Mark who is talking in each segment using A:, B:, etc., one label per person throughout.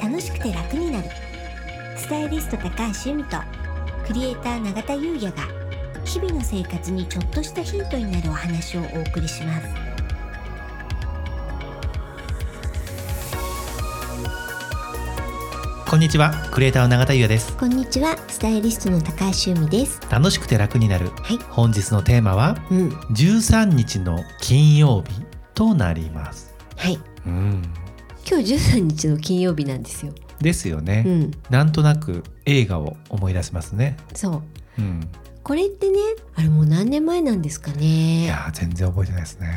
A: 楽しくて楽になるスタイリスト高橋由美とクリエイター永田優也が日々の生活にちょっとしたヒントになるお話をお送りします
B: こんにちは、クリエイターの永田優也です。
A: こんにちはスタイリストの高橋由美です
B: 楽しくて楽になる。
A: はい
B: 本日のテーマは
A: うん
B: 13日の金曜日となります。
A: はい
B: うん、
A: 今日13日の金曜日なんですよ
B: ですよね、
A: うん
B: なんとなく映画を思い出しますね。
A: そう
B: うん、
A: これってねあれもう何年前なんですか
B: い
A: ね
B: やー全然覚えてないですね。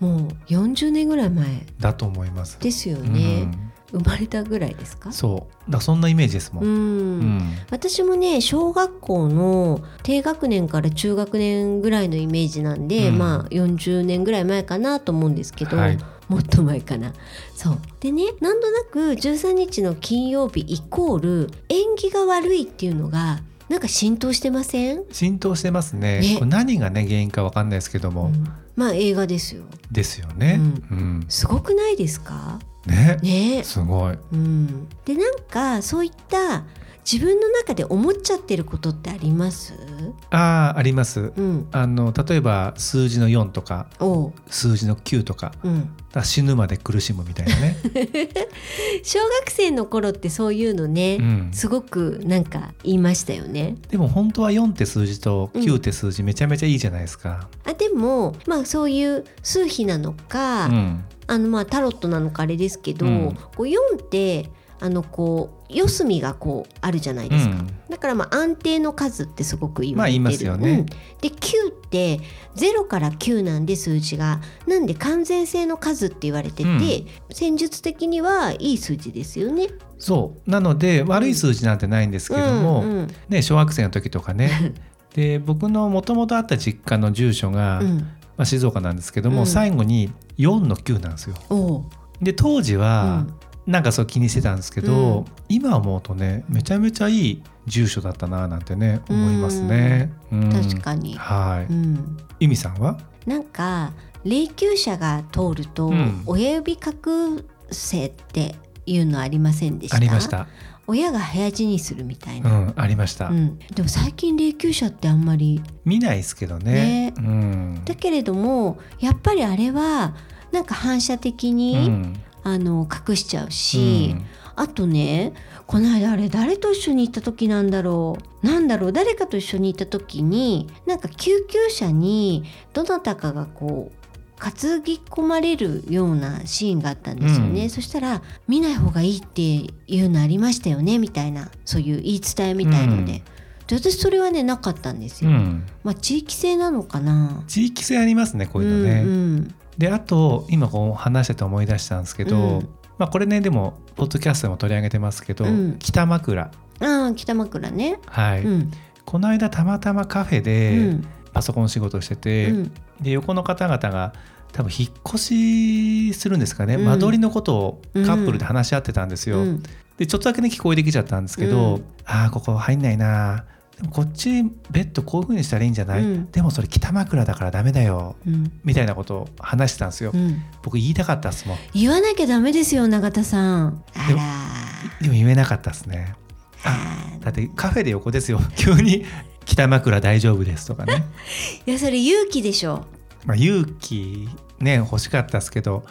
A: もう40年ぐらい前
B: だと思います。
A: ですよ
B: う
A: ね、
B: ん
A: 生まれたぐらいですか
B: そう、だからそんなイメージですもん。うん
A: 私もね小学校の低学年から中学年ぐらいのイメージなんで、
B: うん
A: まあ40年ぐらい前かなと思うんですけど、
B: はい
A: もっと前かな。そうでねなんとなく13日の金曜日イコール縁起が悪いっていうのがなんか浸透してません、
B: 浸透してますね。
A: ね
B: これ何がね原因かわかんないですけども、
A: うんまあ映画ですよ。
B: ですよね。うん、
A: すごくないですか
B: ね、
A: ね
B: すごい。
A: うん、でなんかそういった自分の中で思っちゃってることってあります、
B: あああります。
A: うん、
B: あの例えば数字の4とか
A: おう
B: 数字の9とか
A: うん
B: あ死ぬまで苦しむみたいなね、
A: 小学生の頃ってそう いうのね、
B: うん、
A: すごくなんか言いましたよね。
B: でも本当は4って数字と
A: うん
B: 9って数字めちゃめちゃいいじゃないですか、
A: あでもまあそういう数比なのか、
B: うん
A: あのまあタロットなのかあれですけど、
B: うん
A: こう4ってあのこう四隅がこうあるじゃないですか。
B: うん
A: だからまあ安定の数ってすごく言われてる。
B: まあ言いますよね
A: うんで9って0から9なんで数字がなんで完全性の数って言われてて、
B: うん
A: 戦術的にはいい数字ですよね。
B: そうなので悪い数字なんてないんですけども、
A: うんうん
B: ね、小学生の時とかねで僕のもともとあった実家の住所が、
A: う
B: ま
A: ん、
B: あ、静岡なんですけども、
A: うん
B: 最後に4の9なんですよ。
A: おう
B: で当時は、なんかそう気にしてたんですけど、
A: うん
B: 今思うとねめちゃめちゃいい住所だったななんてね思いますね。うん
A: 確かに、
B: はい、
A: うん、
B: ゆみさんは
A: なんか霊柩車が通ると、
B: うん
A: 親指覚醒っていうのありませんでした
B: ありました。
A: 親が早死にするみたいうな、
B: ん、ありました。
A: うんでも最近霊柩車ってあんまり
B: 見ないですけどね。
A: ね
B: うん。
A: だけれどもやっぱりあれはなんか反射的
B: う
A: に、
B: ん
A: あの隠しちゃうし、あとねこの間あれ誰と一緒に行った時なんだろうなんだろう誰かと一緒に行った時になんか救急車にどなたかがこう担ぎ込まれるようなシーンがあったんですよね、
B: うん
A: そしたら見ない方がいいっていうのありましたよねみたいなそういう言い伝えみたいので,、
B: うん
A: で私それはねなかったんです
B: う
A: よ、
B: ん。
A: まあ地域性なのかな
B: 地域性ありますねこういうのね。
A: うんうん
B: であと今こう話してて思い出したんですけど、
A: うん
B: まあこれねでもポッドキャストでも取り上げてますけど、
A: うん
B: 北枕
A: ああ北枕ね、
B: はい、
A: うん
B: この間たまたまカフェで
A: ん
B: パソコン仕事をしてて、
A: うん
B: で横の方々が多分引っ越しするんですかね、
A: うん
B: 間取りのことをカップルで話し合ってたんですよ。
A: うん
B: でちょっとだけね聞こえてきちゃったんですけど、
A: うん
B: ああここ入んないなでもこっちベッドこういう風にしたらいいんじゃない、
A: うん
B: でもそれ北枕だからダメだよ
A: うん
B: みたいなことを話してたんですよ、
A: うん
B: 僕言いたかったっすもん
A: 言わなきゃダメですよ永田さんあ
B: でも
A: ら
B: でも言えなかったっすね
A: あ
B: だってカフェで横ですよ 急に「北枕大丈夫です」と かね
A: いやそれ勇気でしょ
B: まあ勇気ね欲しかったっすけど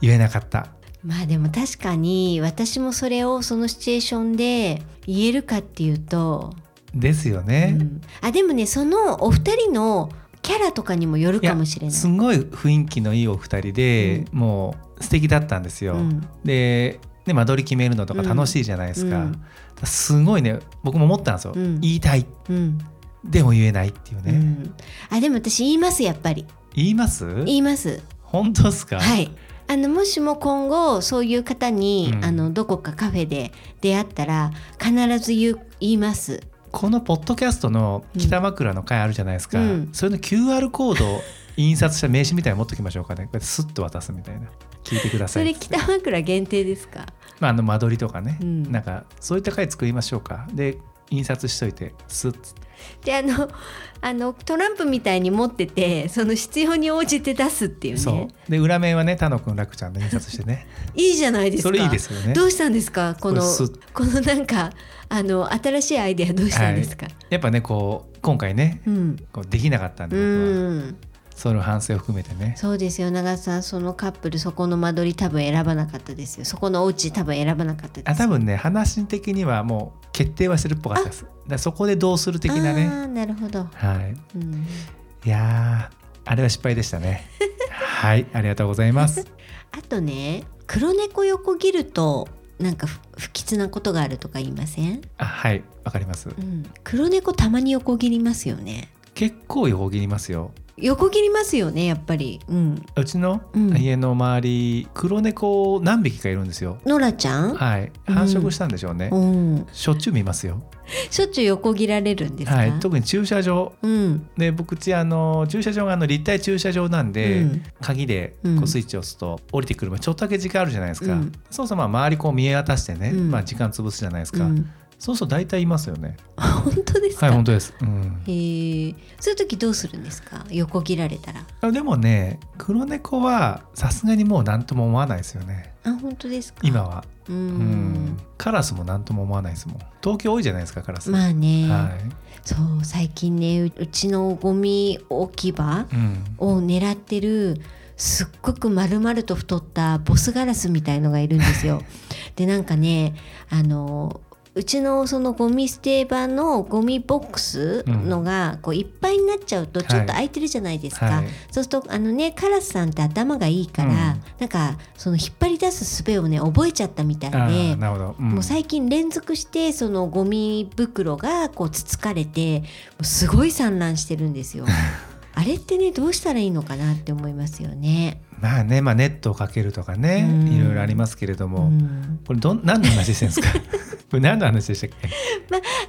B: 言えなかった
A: まあでも確かに私もそれをそのシチュエーションで言えるかっていうと、
B: ですよ
A: う
B: ね、
A: んあでもねそのお二人のキャラとかにもよる
B: いや
A: かもしれない
B: すごい雰囲気のいいお二人で、もう素敵だったんですよ、
A: うん
B: でね間取り決めるのとか楽しいじゃないですか、
A: うん
B: だからすごいね僕も思ったんですよ、
A: うん
B: 言いたい
A: うん
B: でも言えないっていうね、
A: うんあでも私言いますやっぱり
B: 言います
A: 言います
B: 本当ですか、
A: はいあのもしも今後そういう方に、
B: うん
A: あのどこかカフェで出会ったら必ず言う言います
B: このポッドキャストの「北枕」の回あるじゃないですか、
A: うん
B: それの QR コードを印刷した名刺みたいなの持っときましょうかねこうやってスッと渡すみたいな聞いてくださ
A: そ
B: い
A: れ北枕限定ですか
B: まあ、あの間取りとかね、
A: うん
B: なんかそういった回作りましょうかで印刷しといてスッつって
A: であのあのトランプみたいに持っててその必要に応じて出すっていう
B: そ
A: ね
B: うで裏面はね田野くん楽ちゃんで印刷してね
A: いいじゃ ないですか
B: それいいですよね
A: どうしたんですかこの
B: これす
A: このなんかあの新しいアイデアどうしたんですか、
B: やっぱねこう今回ね
A: うん
B: こうできなかったんで
A: う
B: 僕は
A: ん
B: その反省を含めてね
A: そうですよ長瀬さんそのカップルそこの間取り多分選ばなかったですよそこのお家多分選ばなかったです
B: あ多分ね話的にはもう決定はしてるっぽかったですだからそこでどうする的な
A: あ
B: ね
A: ーなるほど、
B: はい
A: うん、
B: いやーあれは失敗でし たねはいありがとうございます
A: あとね黒猫横切るとなんか不不吉なことがあるとか言いません、
B: あはいわかります
A: うん、黒猫たまに横切りますよね
B: 結構横切りますよ
A: 横切りますよねやっぱりうん
B: うちの
A: うん
B: 家の周り、黒猫何匹かいるんですよ
A: ノラちゃん、
B: はい
A: うん
B: 繁殖したんでしょうね、
A: うん、
B: しょっちゅう見ますよ、
A: しょっちゅう横切られるんですか、
B: はい、特に駐車場
A: うん
B: で僕ちあの駐車場があの立体駐車場なんで、
A: うん
B: 鍵で
A: う
B: こ
A: ん
B: うスイッチを押すと降りてくるまでちょっとだけ時間あるじゃないですか、
A: うん
B: そうそうまあ周りこう見渡してね、
A: うん
B: まあ、時間潰すじゃないです
A: う
B: か、
A: ん、
B: そうそう大体いますよね
A: 本当ですか、
B: はい本当です、うん、
A: へえそういう時どうするんですか横切られたら
B: あでもね黒猫はさすがにもう何とも思わないですよね
A: あ本当ですか
B: 今は
A: う
B: うん
A: ん
B: カラスも何とも思わないですもん東京多いじゃないですかカラス、
A: まあね、
B: はい
A: そう最近ねううちのゴミ置き場
B: うん、
A: を狙ってるすっごく丸々と太ったボスガラスみたいのがいるんです よ。でなんかねあのうちのそのゴミ捨て場のゴミボックスのがこういっぱいになっちゃうとちょっと空いてるじゃないですか、
B: はい
A: そうするとあのねカラスさんって頭がいいから、
B: うん
A: なんかその引っ張り出す術をね覚えちゃったみたい
B: あー
A: で
B: なるほど、うん
A: もう最近連続してそのゴミ袋がこうつつかれてもうすごい散乱してるんです よ。あれってねどうしたらいいのかなって思いますよね。
B: まあね、まあ、ネットをかけるとかね
A: うん
B: いろいろありますけれど
A: う
B: も、
A: ん、
B: これどん何の話してるんで すかこれ何の話でしたっけ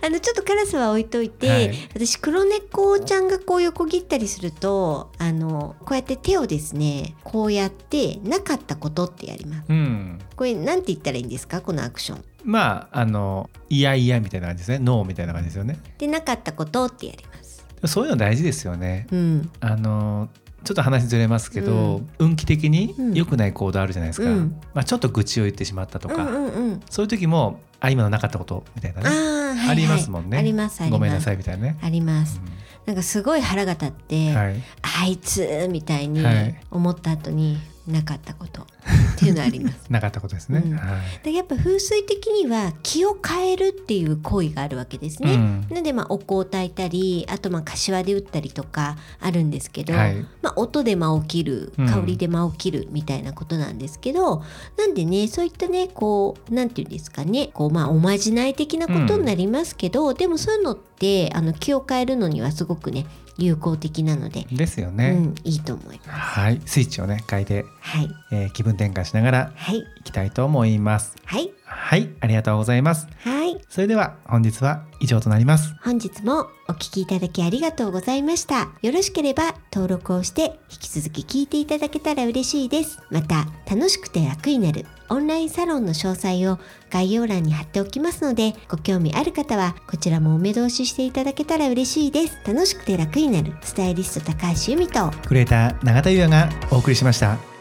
A: あのちょっとカラスは置いといて、
B: はい
A: 私黒猫ちゃんがこう横切ったりするとあのこうやって手をですねこうやってなかったことってやります。
B: うん
A: これなんて言ったらいいんですかこのアクション。
B: まああのいやいやみたいな感じですねノーみたいな感じですよね
A: でなかったことってやります。
B: でもそういうの大事ですよね
A: うん
B: あのちょっと話ずれますけど、運気的に
A: うん
B: 良くない行動あるじゃないですか、
A: うん
B: まあ、ちょっと愚痴を言ってしまったと
A: う
B: か、
A: んうんうん。
B: そういう時もあ今のなかったことみたいな
A: ああはい、
B: ね
A: はい、
B: ありますもんね
A: ありますあります。
B: ごめんなさいみたいなね、
A: あります。
B: う
A: なんかすごい腹が立って、
B: んはい、
A: あいつみたいに
B: はい
A: 思った後になかったことっていうのあり ます。
B: なかったことですね、
A: うん
B: はい
A: でやっぱ風水的には気を変えるっていう行為があるわけですね。
B: うん
A: なのでまあお香を焚いたりあとまあ柏で打ったりとかあるんですけど、
B: はい
A: まあ、音で間を切る
B: うん
A: 香りで間を切るみたいなことなんですけど、なんでねそういったねこうなんていうんですかねこう、まあ、おまじない的なことになりますけど、でもそういうのってあの気を変えるのにはすごくね有効的なので、
B: ですよ
A: う
B: ね、
A: ん、いいと思います。
B: はいスイッチをね変えて、
A: はい、
B: えー気分転換しながら
A: はい、
B: いきたいと思います
A: はい、
B: はいありがとうございます
A: はい
B: それでは本日は以上となります
A: 本日もお聞きいただきありがとうございました。よろしければ登録をして引き続き聞いていただけたら嬉しいです。また楽しくて楽になるオンラインサロンの詳細を概要欄に貼っておきますのでご興味ある方はこちらもお目通ししていただけたら嬉しいです。楽しくて楽になるスタイリスト高橋由美と
B: クレーター永田優也がお送りしました